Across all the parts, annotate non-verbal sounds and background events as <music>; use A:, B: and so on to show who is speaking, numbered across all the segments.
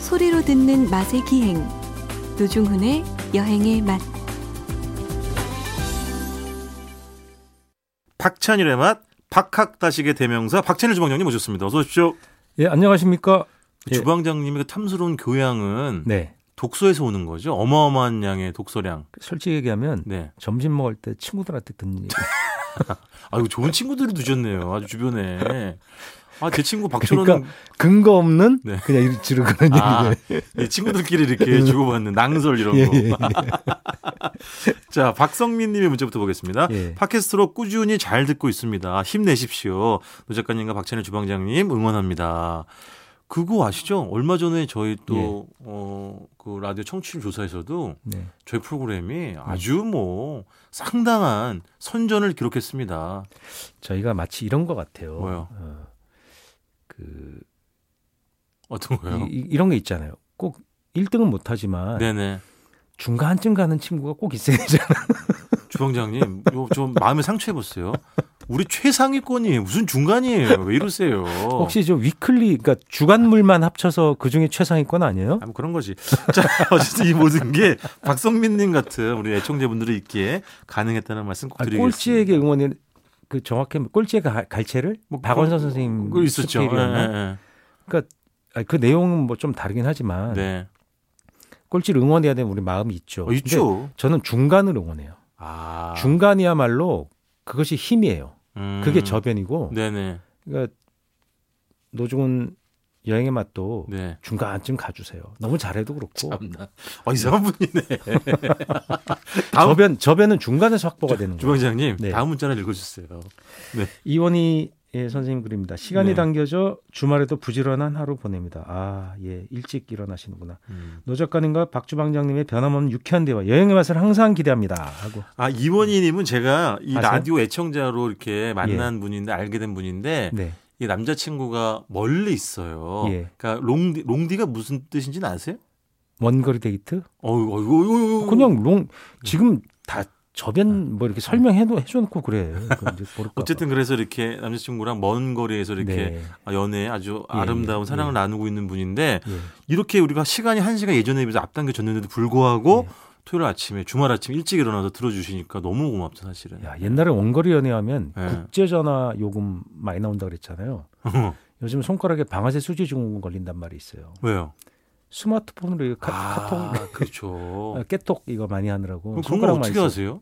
A: 소리로 듣는 맛의 기행 노중훈의 여행의 맛
B: 박찬일의 맛 박학다식의 대명사 박찬일 주방장님 모셨습니다. 어서 오십시오.
C: 예, 안녕하십니까?
B: 그
C: 예.
B: 주방장님의 그 탐스러운 교양은
C: 네.
B: 독서에서 오는 거죠. 어마어마한 양의 독서량.
C: 솔직히 얘기하면
B: 네.
C: 점심 먹을 때 친구들한테 듣는 얘기.
B: 아유 좋은 친구들을 두셨네요. 아주 주변에. 아 제 친구 박철호는
C: 그러니까 근거 없는
B: 네.
C: 그냥 이리 지르거든요. 네.
B: 아, 예, 친구들끼리 이렇게 주고받는 낭설
C: 예,
B: 이런 거. 자, 박성민 님의 문자부터 보겠습니다.
C: 예.
B: 팟캐스트로 꾸준히 잘 듣고 있습니다. 힘내십시오. 노 작가님과 박찬일 주방장님 응원합니다. 그거 아시죠? 얼마 전에 저희 또,
C: 예.
B: 어, 그 라디오 청취율 조사에서도
C: 네.
B: 저희 프로그램이 아주 뭐 상당한 선전을 기록했습니다.
C: 저희가 마치 이런 것 같아요.
B: 뭐요?
C: 어, 그
B: 어떤 거요?
C: 이, 아. 이- 이런 게 있잖아요. 꼭 1등은 못 하지만
B: 네네.
C: 중간쯤 가는 친구가 꼭 있어야 되잖아요.
B: 주방장님, 요 좀 마음에 상처해보세요. 우리 최상위권이에요. 무슨 중간이에요. 왜 이러세요?
C: 혹시 저 위클리 그러니까 주간물만 합쳐서 그중에 최상위권 아니에요?
B: 아, 뭐 그런 거지. <laughs> 자, 어쨌든 이 모든 게 박성민님 같은 우리 애청자분들이 있기에 가능했다는 말씀 꼭
C: 아,
B: 드리겠습니다.
C: 꼴찌에게 응원을 그 정확히 꼴찌의 가- 갈채를
B: 뭐
C: 박원선
B: 그-
C: 선생님
B: 그 있었죠. 예,
C: 음, 스케일이었나?
B: 예,
C: 아니, 그 내용은 뭐 좀 다르긴
B: 예.
C: 하지만
B: 네.
C: 꼴찌를 응원해야 되는 우리 마음이 있죠.
B: 어,
C: 근데
B: 있죠.
C: 저는 중간을 응원해요.
B: 아.
C: 중간이야말로 그것이 힘이에요.
B: 음.
C: 그게 저변이고
B: 네네.
C: 그러니까 노중훈 여행의 맛도
B: 네.
C: 중간쯤 가주세요. 너무 잘해도 그렇고
B: 참나. 어, 이상한
C: <laughs>
B: 분이네. 다음
C: 저변 저변은 중간에서 확보가 되는 거예요.
B: 주방장님,
C: 네.
B: 다음 문자나 읽어주세요.
C: 이원희 예, 선생님 글입니다. 시간이
B: 네.
C: 당겨져 주말에도 부지런한 하루 보냅니다. 아, 예, 일찍 일어나시는구나.
B: 음.
C: 노 작가님과 박 주방장님의 변함없는 유쾌한 대화, 여행의 맛을 항상 기대합니다. 하고
B: 아, 이원희님은 제가 이
C: 아세요? 예.
B: 라디오 애청자로 이렇게 만난 분인데, 알게 된 분인데,
C: 네.
B: 이 남자친구가 멀리 있어요.
C: 예.
B: 그러니까 롱디, 롱디가 무슨 뜻인지는 아세요?
C: 원거리 데이트?
B: 어이구, 어이구, 어이구.
C: 그냥 롱
B: 음.
C: 지금 다 저변 뭐 이렇게 설명해도 해줘놓고
B: <laughs>
C: 그래.
B: 어쨌든 그래서 이렇게 남자친구랑 먼 거리에서 이렇게 연애 아주
C: 네. 예,
B: 아름다운
C: 예,
B: 사랑을
C: 예.
B: 나누고 있는 분인데 이렇게 우리가 시간이 한 시간 예전에 비해서 앞당겨졌는데도 불구하고
C: 네.
B: 토요일 아침에 주말 아침 일찍 일어나서 들어주시니까 너무 고맙죠 사실은.
C: 야, 옛날에 원거리 연애하면
B: 예.
C: 국제전화 요금 많이 나온다 그랬잖아요. 요즘 손가락에 방아쇠 수지 증후군 걸린단 말이 있어요.
B: <laughs> 왜요?
C: 스마트폰으로 이거 카,
B: 아,
C: 카톡
B: 그렇죠.
C: 깨톡 이거 많이 하느라고
B: 그럼 그런 걸
C: 손가락만
B: 어떻게
C: 있어요.
B: 하세요?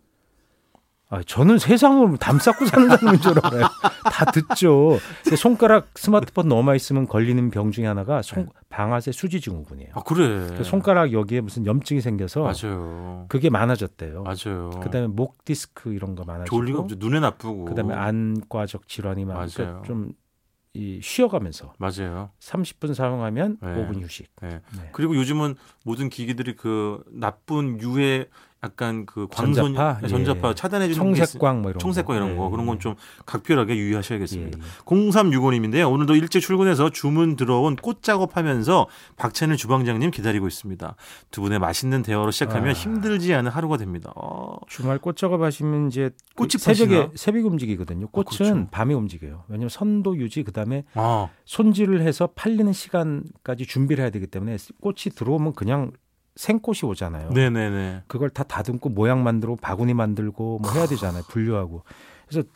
C: 아, 저는 세상을 담쌓고 산다는 줄 알아요. <laughs> 다 듣죠. 근데 손가락 스마트폰 넘어 있으면 걸리는 병 중에 하나가
B: 네.
C: 손, 방아쇠 수지 증후군이에요.
B: 아 그래.
C: 그 손가락 여기에 무슨 염증이 생겨서
B: 맞아요.
C: 그게 많아졌대요.
B: 맞아요.
C: 그다음에 목 디스크 이런 거 많아지고
B: 좋을 리가 없죠. 눈에 나쁘고.
C: 그다음에 안과적 질환이 많아서
B: 맞아요.
C: 좀이 쉬어가면서
B: 맞아요.
C: 30분 사용하면
B: 네.
C: 5분 휴식.
B: 네.
C: 네.
B: 그리고 요즘은 모든 기기들이 그 나쁜 유해 약간 그 광선
C: 전자파?
B: 네, 전자파
C: 예.
B: 차단해 주는
C: 청색광 뭐 이런
B: 청색과 이런 거 그런 건 좀 각별하게 유의하셔야겠습니다.
C: 예,
B: 0365님인데요. 오늘도 일찍 출근해서 주문 들어온 꽃 작업하면서 박찬일 주방장님 기다리고 있습니다. 두 분의 맛있는 대화로 시작하면
C: 아.
B: 힘들지 않은 하루가 됩니다. 어,
C: 주말 꽃 작업하시면 이제
B: 꽃이
C: 그 새벽에
B: 파시나?
C: 새벽 움직이거든요. 꽃은
B: 그렇죠.
C: 밤에 움직여요. 왜냐하면 선도 유지 그다음에
B: 아,
C: 손질을 해서 팔리는 시간까지 준비를 해야 되기 때문에 꽃이 들어오면 그냥 생꽃이 오잖아요.
B: 네네네.
C: 그걸 다 다듬고 모양 만들고 바구니 만들고 뭐 해야 되잖아요. 분류하고. 그래서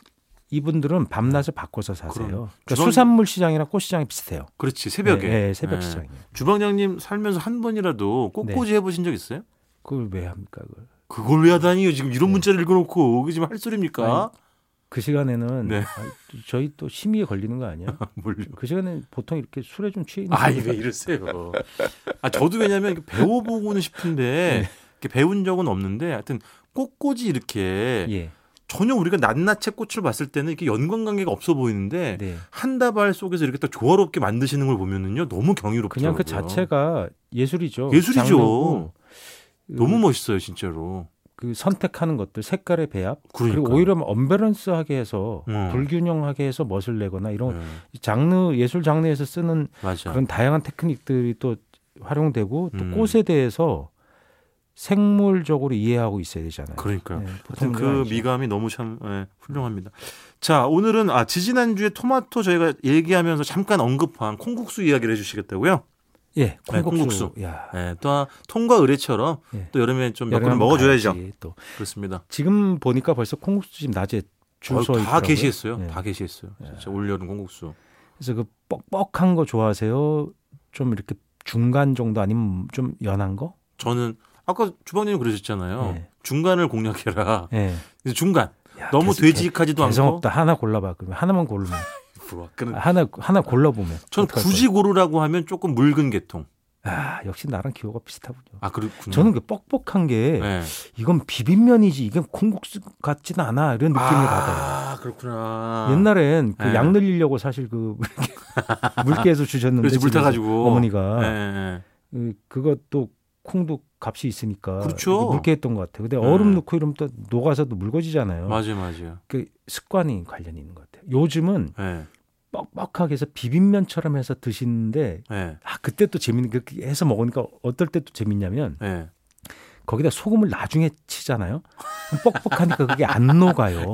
C: 이분들은 밤낮을 바꿔서 사세요.
B: 그럼.
C: 그러니까
B: 주방-
C: 수산물 시장이랑 꽃 시장이 비슷해요.
B: 그렇지 새벽에
C: 네, 네, 새벽 네.
B: 네.
C: 시장이에요.
B: 주방장님 살면서 한 번이라도 꽃꽂이 해보신 적 있어요?
C: 그걸 왜 합니까? 그걸.
B: 그걸 왜 하다니요? 지금 이런
C: 네.
B: 문자를 읽어놓고 이게 지금 할 소리입니까?
C: 그 시간에는
B: 네.
C: 아, 저희 또 심의에 걸리는 거 아니에요?
B: 몰려.
C: 그 시간에 보통 이렇게 술에 좀 취해 있는
B: 아이
C: 분들-
B: 왜 이러세요? 아 저도 왜냐하면 이렇게 배워보고는
C: 네.
B: 싶은데 이렇게 배운 적은 없는데 하여튼 꽃꽂이 이렇게
C: 예.
B: 전혀 우리가 낱낱의 꽃을 봤을 때는 이렇게 연관 관계가 없어 보이는데
C: 네.
B: 한 다발 속에서 이렇게 딱 조화롭게 만드시는 걸 보면은요 너무 경이롭더라고요.
C: 그냥 그 자체가 예술이죠.
B: 예술이죠.
C: 장르고 그-
B: 너무 멋있어요 진짜로.
C: 그 선택하는 것들 색깔의 배합
B: 그러니까.
C: 리고 오히려 뭐 언밸런스하게 해서
B: 어.
C: 불균형하게 해서 멋을 내거나 이런
B: 네,
C: 장르 예술 장르에서 쓰는
B: 맞아.
C: 그런 다양한 테크닉들이 또 활용되고 또
B: 네. 음.
C: 꽃에 대해서 생물적으로 이해하고 있어야 되잖아요.
B: 그러니까. 요
C: 네,
B: 하여튼
C: 보통
B: 그 미감이 너무 참 예, 훌륭합니다. 자 오늘은 아 지지난 주에 토마토 저희가 얘기하면서 잠깐 언급한 콩국수 이야기를 해주시겠다고요?
C: 예,
B: 네,
C: 콩국수.
B: 콩국수.
C: 야.
B: 예, 또한 통과 의뢰처럼
C: 예.
B: 또 여름에 좀 몇
C: 여름에
B: 그릇
C: 한번
B: 먹어줘야죠.
C: 가야지, 또
B: 그렇습니다.
C: 지금 보니까 벌써 콩국수 집 낮에
B: 어우,
C: 줄서
B: 다 게시했어요. 다
C: 예.
B: 게시했어요. 진짜 올 여름 콩국수.
C: 그래서 그 뻑뻑한 거 좋아하세요? 좀 이렇게 중간 정도 아니면 좀 연한 거?
B: 저는 아까 주방장님 그러셨잖아요.
C: 예.
B: 중간을 공략해라.
C: 예. 아,
B: 근데 중간
C: 야,
B: 너무
C: 개-
B: 돼지까지도
C: 개- 개성
B: 않고.
C: 없다. 아, 하나 골라봐. 그러면 하나만 고르면
B: 부러워. 그는
C: 하나 하나 골라보면.
B: 전
C: 어떡할
B: 굳이 고르라고 하면 조금 묽은 계통.
C: 거예요? 아 역시 나랑 기호가 비슷하군요.
B: 아 그렇군요.
C: 저는 그 뻑뻑한 게
B: 예.
C: 이건 비빔면이지 이게 콩국수 같진 않아 이런 느낌을 받아요.
B: 아 그렇구나.
C: 옛날엔 그
B: 예.
C: 양 늘리려고 사실 그 <laughs> 물개에서 주셨는데
B: 그렇지 물
C: 집에서
B: 타가지고
C: 어머니가
B: 예, 예.
C: 그- 그것도 콩도 값이 있으니까
B: 그렇죠.
C: 이렇게 물개했던 것 같아요. 근데 얼음
B: 예.
C: 넣고 이러면 또 녹아서 또 묽어지잖아요.
B: 맞아요, 맞아요.
C: 그 습관이 관련이 있는 것 같아요. 요즘은
B: 예,
C: 뻑뻑하게 해서 비빔면처럼 해서 드시는데
B: 예,
C: 아 그때 또 재밌는 게 그렇게 해서 먹으니까 어떨 때 또 재밌냐면
B: 예.
C: 거기다 소금을 나중에 치잖아요. 그럼 뻑뻑하니까 그게 안 녹아요.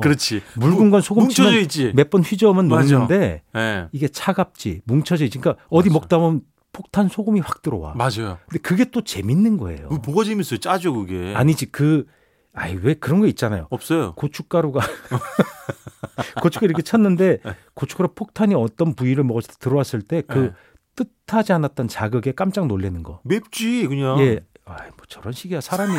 B: <laughs> 그렇지.
C: 묽은 건 어. 소금
B: 뭉쳐져
C: 치면
B: 있지.
C: 몇 번 휘저으면
B: 맞아.
C: 녹는데
B: 예,
C: 이게 차갑지 뭉쳐져 있지. 그러니까 어디
B: 맞아.
C: 먹다 보면 폭탄 소금이 확 들어와.
B: 맞아요.
C: 근데 그게 또 재밌는 거예요.
B: 그 뭐가 예. 재밌어요? 짜죠, 그게.
C: 아니지 그 아이 왜 그런 거 있잖아요.
B: 없어요.
C: 고춧가루가 <laughs> 고춧가루 이렇게 쳤는데 고춧가루 폭탄이 어떤 부위를 먹었을 때 들어왔을 때
B: 예.
C: 그 뜻하지 않았던 자극에 깜짝 놀라는 거.
B: 맵지, 그냥.
C: 예. 아이 뭐 저런 식이야
B: <laughs>
C: 사람이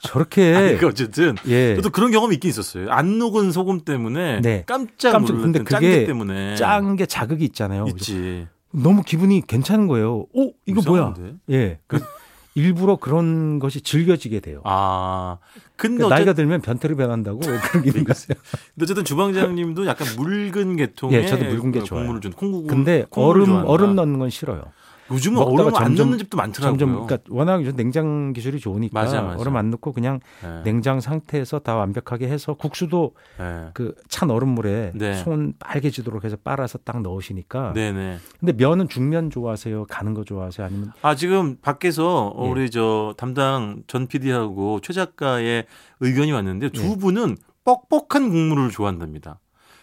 C: 저렇게
B: 아니, 그 어쨌든
C: 예.
B: 저도 그런 경험이 있긴 있었어요. 안 녹은 소금 때문에
C: 네.
B: 깜짝
C: 깜짝-
B: 놀랐던
C: 근데
B: 짠게
C: 그게
B: 때문에
C: 짠 게 자극이 있잖아요.
B: 예. 있지.
C: 너무 기분이 괜찮은 거예요. 오 이거 뭐야?
B: 이상한데?
C: 예. 그 일부러 그런 것이 즐겨지게 돼요.
B: 아 근데
C: 그러니까
B: 어쨌든, 네.
C: 나이가 들면 변태로 변한다고 그런 게 있는 거예요.
B: 근데 어쨌든 주방장님도 약간 묽은 계통의
C: 예, 저도 묽은 게 좋아요.
B: 국물을 좀 콩국물.
C: 근데
B: 콩국물
C: 얼음
B: 좋아한다.
C: 얼음 넣는 건 싫어요.
B: 요즘은
C: 먹다가
B: 얼음 안
C: 점점-
B: 넣는 집도 많더라고요.
C: 점점 그러니까 워낙 요즘 냉장 기술이 좋으니까
B: 맞아, 맞아.
C: 얼음 안 넣고 그냥
B: 예,
C: 냉장 상태에서 다 완벽하게 해서 국수도
B: 예.
C: 그 찬 얼음물에
B: 네.
C: 손 빨개지도록 해서 빨아서 딱 넣으시니까.
B: 네네.
C: 근데 면은 중면 좋아하세요? 가는 거 좋아하세요? 아니면
B: 아 지금 밖에서 어,
C: 예.
B: 우리 저 담당 전 PD하고 최 작가의 의견이 왔는데 두
C: 예.
B: 분은 뻑뻑한 국물을 좋아한답니다.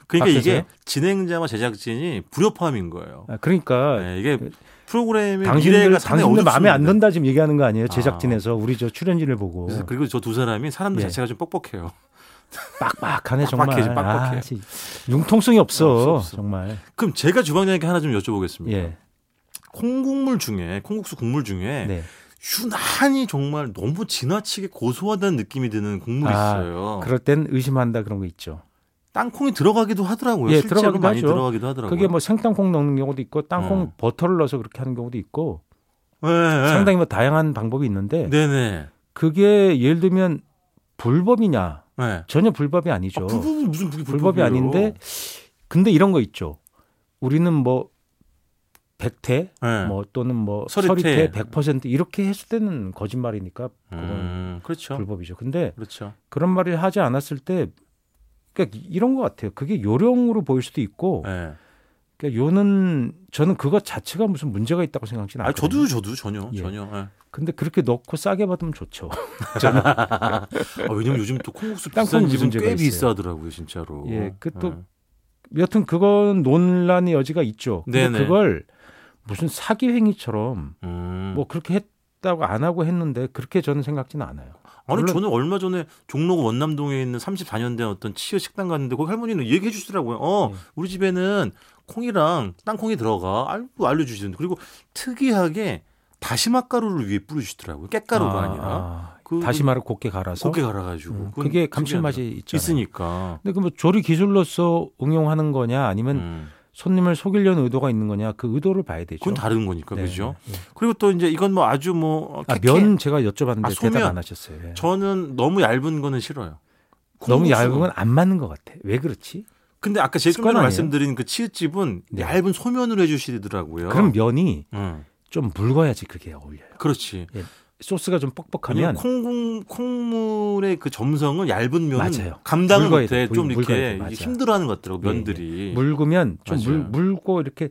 B: 그러니까 이게
C: 밖에서요?
B: 진행자와 제작진이 불협화음인 거예요.
C: 아, 그러니까
B: 예, 이게 프로그램의
C: 당신들
B: 미래가 상당히
C: 당신들 마음에 안
B: 어둡습니다. 예.
C: 든다 지금 얘기하는 거 아니에요? 제작진에서 우리 저 출연진을 보고
B: 그래서 그리고 저 두 사람이 사람들
C: 예.
B: 자체가 좀 뻑뻑해요. <laughs>
C: 빡빡하네 정말.
B: 빡빡해요, 빡빡해요.
C: 아, 진짜 융통성이 없어,
B: 없어, 없어. 그러니까.
C: 정말.
B: 그럼 제가 주방장님께 하나 좀 여쭤보겠습니다.
C: 예.
B: 콩국물 중에 콩국수 국물 중에
C: 네.
B: 유난히 정말 너무 지나치게 고소하다는 느낌이 드는 국물이
C: 아,
B: 있어요.
C: 그럴 땐 의심한다 그런 거 있죠.
B: 땅콩이 들어가기도 하더라고요.
C: 예,
B: 실제로
C: 들어가기도
B: 많이
C: 하죠.
B: 들어가기도 하더라고요.
C: 그게 뭐 생땅콩 넣는 경우도 있고 땅콩
B: 음.
C: 버터를 넣어서 그렇게 하는 경우도 있고
B: 예, 예.
C: 상당히 뭐 다양한 방법이 있는데
B: 네네. 예.
C: 그게 예를 들면 불법이냐
B: 네.
C: 전혀 아, 불법이 아니죠.
B: 아, 불법이 무슨 그게
C: 불법이
B: 불법이에요?
C: 아닌데 근데 이런 거 있죠. 우리는 뭐 백태
B: 네.
C: 뭐 또는 뭐
B: 서리태.
C: 서리태 100% 이렇게 했을 때는 거짓말이니까 그건
B: 음, 그렇죠.
C: 불법이죠. 근데
B: 그렇죠.
C: 그런 말을 하지 않았을 때 그러니까 이런 것 같아요. 그게 요령으로 보일 수도 있고
B: 예.
C: 그러니까 요는 저는 그것 자체가 무슨 문제가 있다고 생각하지는
B: 아,
C: 않아요.
B: 저도 저도 전혀
C: 예.
B: 전혀. 예.
C: 근데 그렇게 넣고 싸게 받으면 좋죠. <laughs> 저는
B: 아, 왜냐면 요즘 또 콩국수
C: 땅콩
B: 비싼 집은
C: 문제가
B: 꽤
C: 있어요.
B: 비싸더라고요, 진짜로.
C: 예, 그 또-
B: 예.
C: 여튼 그건 논란의 여지가 있죠. 근데
B: 네네.
C: 그걸 무슨 사기 행위처럼
B: 음.
C: 뭐 그렇게 했다고 안 하고 했는데 그렇게 저는 생각지는 않아요.
B: 아니
C: 물론-
B: 저는 얼마 전에 종로 원남동에 있는 34년 된 어떤 치어 식당 갔는데 거기 할머니는 얘기해 주시더라고요. 어,
C: 예.
B: 우리 집에는 콩이랑 땅콩이 들어가. 알고 알려 주시던데. 그리고 특이하게 다시마 가루를 위에 뿌리시더라고요. 깻가루가
C: 아,
B: 아, 니라
C: 아,
B: 그-
C: 다시마를 곱게 갈아서
B: 곱게 갈아 가지고.
C: 음, 그게 감칠맛이 있잖아요.
B: 있으니까.
C: 근데 그 뭐 조리 기술로서 응용하는 거냐 아니면
B: 음,
C: 손님을 속이려는 의도가 있는 거냐 그 의도를 봐야 되죠.
B: 그건 다른 거니까.
C: 네.
B: 그죠?
C: 예.
B: 그리고 또 이제 이건 뭐 아주 뭐
C: 아,
B: 캐캐-
C: 면 제가 여쭤봤는데
B: 아, 소면.
C: 대답 안 하셨어요. 예.
B: 저는 너무 얇은 거는 싫어요.
C: 너무
B: 콩국수는.
C: 얇은 건 안 맞는 것 같아. 왜 그렇지?
B: 근데 아까 제일
C: 습관
B: 처음에
C: 아니에요?
B: 말씀드린 그 치읓집은
C: 네.
B: 얇은 소면으로 해주시더라고요.
C: 그럼 면이
B: 음,
C: 좀 묽어야지 그게 어울려요.
B: 그렇지.
C: 소스가 좀
B: 왜냐면
C: 뻑뻑하면
B: 콩 콩물의 그 점성은 얇은 면은
C: 맞아요.
B: 감당을
C: 묽어야
B: 못해
C: 돼. 물-
B: 좀
C: 묽어야
B: 이렇게
C: 돼. 맞아.
B: 힘들어하는 것 같더라고
C: 예,
B: 면들이.
C: 묽으면 좀
B: 맞아요.
C: 물, 물고 이렇게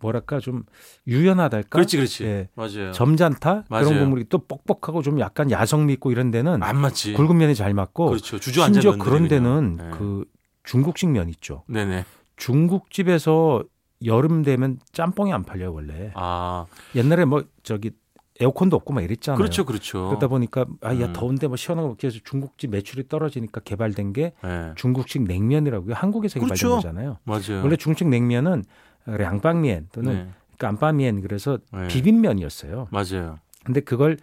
C: 뭐랄까 좀 유연하달까?
B: 그렇지, 그렇지.
C: 예.
B: 맞아요.
C: 점잖다
B: 맞아요.
C: 그런 국물이 또 뻑뻑하고 좀 약간 야성미 있고 이런 데는
B: 안 맞지.
C: 굵은 면이 잘 맞고
B: 예. 그렇죠. 주저앉아
C: 심지어 그런 데는
B: 네.
C: 그 중국식 면 있죠.
B: 네네.
C: 중국집에서 여름 되면 짬뽕이 안 팔려요 원래.
B: 아,
C: 옛날에 뭐 저기 에어컨도 없고 막 이랬잖아요.
B: 그렇죠, 그렇죠.
C: 그러다 보니까 아 야
B: 음.
C: 더운데 뭐 시원한 거 먹기 위해서 중국집 매출이 떨어지니까 개발된 게
B: 예,
C: 중국식 냉면이라고요. 한국에서 개발된
B: 그렇죠.
C: 거잖아요.
B: 맞아요.
C: 원래 중국식 냉면은 양방면 또는
B: 네,
C: 깜빠면 그래서
B: 네.
C: 비빔면이었어요.
B: 맞아요.
C: 근데 그걸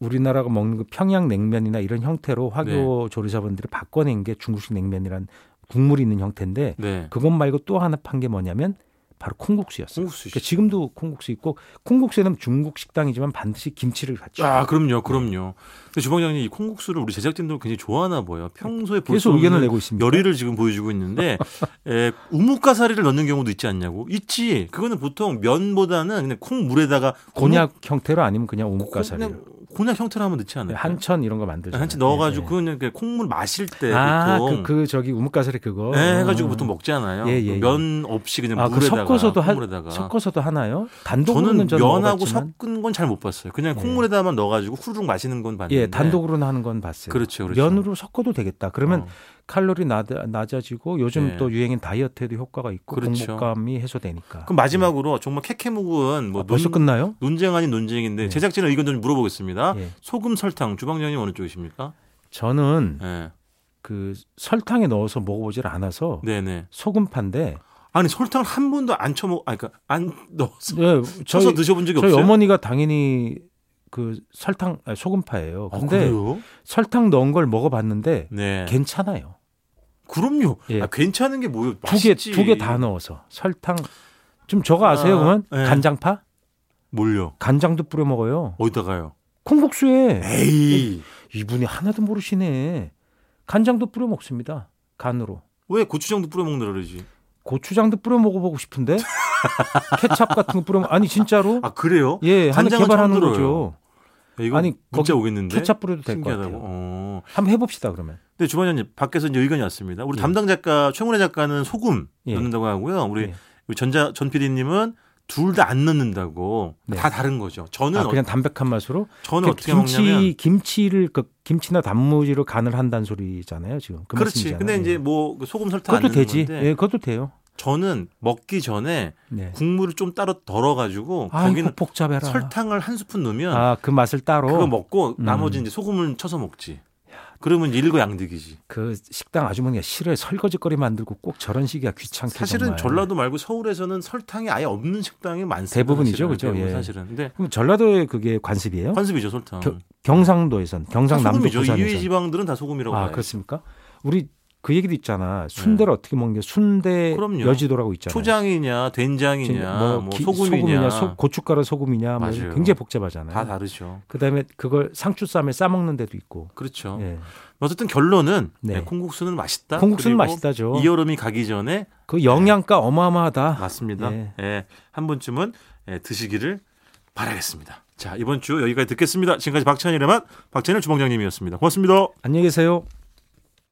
C: 우리나라가 먹는 그 평양 냉면이나 이런 형태로
B: 네.
C: 화교 조리사분들이 바꿔낸 게 중국식 냉면이란 국물이 있는 형태인데
B: 네.
C: 그것 말고 또 하나 판 게 뭐냐면 바로 콩국수였어요.
B: 홍국수
C: 그러니까 지금도 콩국수 있고 콩국수에는 중국 식당이지만 반드시 김치를 같이.
B: 아, 그럼요, 그럼요. 근데 주방장님 이 콩국수를 우리 제작진도 굉장히 좋아하나 보여. 요 평소에 볼수
C: 계속 의견을
B: 없는
C: 내고 있습니다.
B: 열의를 지금 보여주고 있는데 에, 우뭇가사리를 넣는 경우도 있지 않냐고? 있지. 그거는 보통 면보다는 그냥 콩물에다가
C: 곤약 형태로 아니면 그냥
B: 고-
C: 오목가사리로 네,
B: 그냥 곤약 형태로 하면 넣지 않아요? 네,
C: 한천 이런 거 만들죠.
B: 한치 넣어가지고 그냥 그 콩물 마실 때
C: 아그
B: 보통
C: 그 저기 우뭇가사리 그거
B: 예, 해가지고 보통 먹잖아요.
C: 예, 예, 예.
B: 면 없이 그냥
C: 아, 그
B: 물에다가
C: 섞어서도 하-
B: 콩물에다가
C: 섞어서도 하나요? 단독으로는
B: 저는
C: 저는
B: 면하고
C: 먹어봤지만.
B: 섞은 건 잘 못 봤어요. 그냥
C: 예.
B: 콩물에다만 넣어가지고 후루룩 마시는 건 봤는데
C: 예 단독으로는 하는 건 봤어요.
B: 그렇죠, 그렇죠.
C: 면으로 섞어도 되겠다. 그러면
B: 어,
C: 칼로리 낮, 낮아지고 요즘
B: 예.
C: 또 유행인 다이어트에도 효과가 있고
B: 그렇죠.
C: 공복감이 해소되니까.
B: 그럼 마지막으로 정말 캐캐묵은 뭐
C: 아, 벌써
B: 논-
C: 끝나요?
B: 논쟁 아닌 논쟁인데
C: 예.
B: 제작진의 의견 좀 물어보겠습니다.
C: 예.
B: 소금 설탕 주방장님 어느 쪽이십니까?
C: 저는
B: 예.
C: 그 설탕에 넣어서 먹어보질 않아서
B: 네네.
C: 소금파인데
B: 아니 설탕 한 번도 안 쳐먹, 아니 그러니까 안 넣어서
C: 예,
B: 쳐서
C: 저희
B: 드셔본 적이
C: 저희
B: 없어요.
C: 어머니가 당연히 그 설탕 아니, 소금파예요.
B: 아,
C: 근데
B: 그래요?
C: 설탕 넣은 걸 먹어봤는데
B: 네.
C: 괜찮아요.
B: 그럼요.
C: 예.
B: 아, 괜찮은 게 뭐예요?
C: 두 개 두 개 다 넣어서 설탕 좀 저거 아세요?
B: 아,
C: 그러면
B: 예.
C: 간장파?
B: 몰려.
C: 간장도 뿌려 먹어요.
B: 어디다가요?
C: 콩국수에
B: 네. 에이.
C: 이분이 하나도 모르시네. 간장도 뿌려 먹습니다. 간으로.
B: 왜 고추장도 뿌려 먹느라 그러지?
C: 고추장도 뿌려 먹어보고
B: <laughs>
C: 싶은데 케찹 같은 거 뿌려 먹... 아니 진짜로
B: 아 그래요?
C: 예 하나
B: 간장은
C: 개발하는
B: 처음
C: 거죠.
B: 야, 이거
C: 아니, 거기
B: 문자 오겠는데.
C: 케찹 뿌려도 될 것
B: 신기하다고.
C: 같아요.
B: 어.
C: 한번 해봅시다 그러면.
B: 근데 주방장님 밖에서 이제 의견이 왔습니다. 우리
C: 예.
B: 담당 작가 최문혜 작가는 소금
C: 예.
B: 넣는다고 하고요. 우리
C: 예.
B: 우리 전자 전 PD님은 둘 다 안 넣는다고
C: 네.
B: 다 다른 거죠. 저는
C: 아
B: 어-
C: 그냥 담백한 맛으로.
B: 저는
C: 그
B: 어떻게
C: 김치
B: 먹냐면
C: 김치를 그 김치나 단무지로 간을 한다는 소리잖아요 지금. 그
B: 그렇지.
C: 말씀이잖아요.
B: 근데
C: 예.
B: 이제 뭐그 소금 설탕 안
C: 그것도
B: 넣는
C: 되지.
B: 건데
C: 예, 그것도 돼요.
B: 저는 먹기 전에
C: 네.
B: 국물을 좀 따로 덜어가지고
C: 아이고
B: 거기는
C: 복잡해라.
B: 설탕을 한 스푼 넣으면
C: 아 그 맛을 따로.
B: 그거 먹고
C: 음.
B: 나머지 이제 소금을 쳐서 먹지. 그러면 일거양득이지.
C: 그 식당 아주머니가 싫어요. 설거지거리 만들고 꼭 저런 식이야 귀찮게.
B: 사실은
C: 정말.
B: 전라도 말고 서울에서는 설탕이 아예 없는 식당이 많습니다.
C: 대부분이죠,
B: 사실은.
C: 그죠?
B: 대부분
C: 예.
B: 사실은. 근데
C: 그럼 전라도에 그게 관습이에요?
B: 관습이죠 설탕.
C: 겨- 경상도에선
B: 다
C: 경상남도
B: 소금이죠. 이외
C: 부산에선.
B: 지방들은 다 소금이라고
C: 아
B: 봐요.
C: 그렇습니까? 우리 그 얘기도 있잖아. 순대를 어떻게 먹는 게 순대
B: 네. 그럼요.
C: 여지도라고 있잖아요.
B: 초장이냐 된장이냐 뭐,
C: 기-
B: 소금이냐,
C: 소- 고춧가루 소금이냐 뭐
B: 맞아요.
C: 굉장히 복잡하잖아요.
B: 다 다르죠.
C: 그다음에 그걸 상추쌈에 싸 먹는 데도 있고.
B: 그렇죠.
C: 예.
B: 어쨌든 결론은
C: 네.
B: 네, 콩국수는 맛있다.
C: 콩국수는
B: 그리고
C: 맛있다죠.
B: 이 여름이 가기 전에
C: 그 영양가 어마어마하다.
B: 맞습니다.
C: 예.
B: 예, 한 번쯤은 예, 드시기를 바라겠습니다. 자 이번 주 여기까지 듣겠습니다. 지금까지 박찬일의 맛 박찬일 주방장님이었습니다. 고맙습니다.
C: 안녕히 계세요.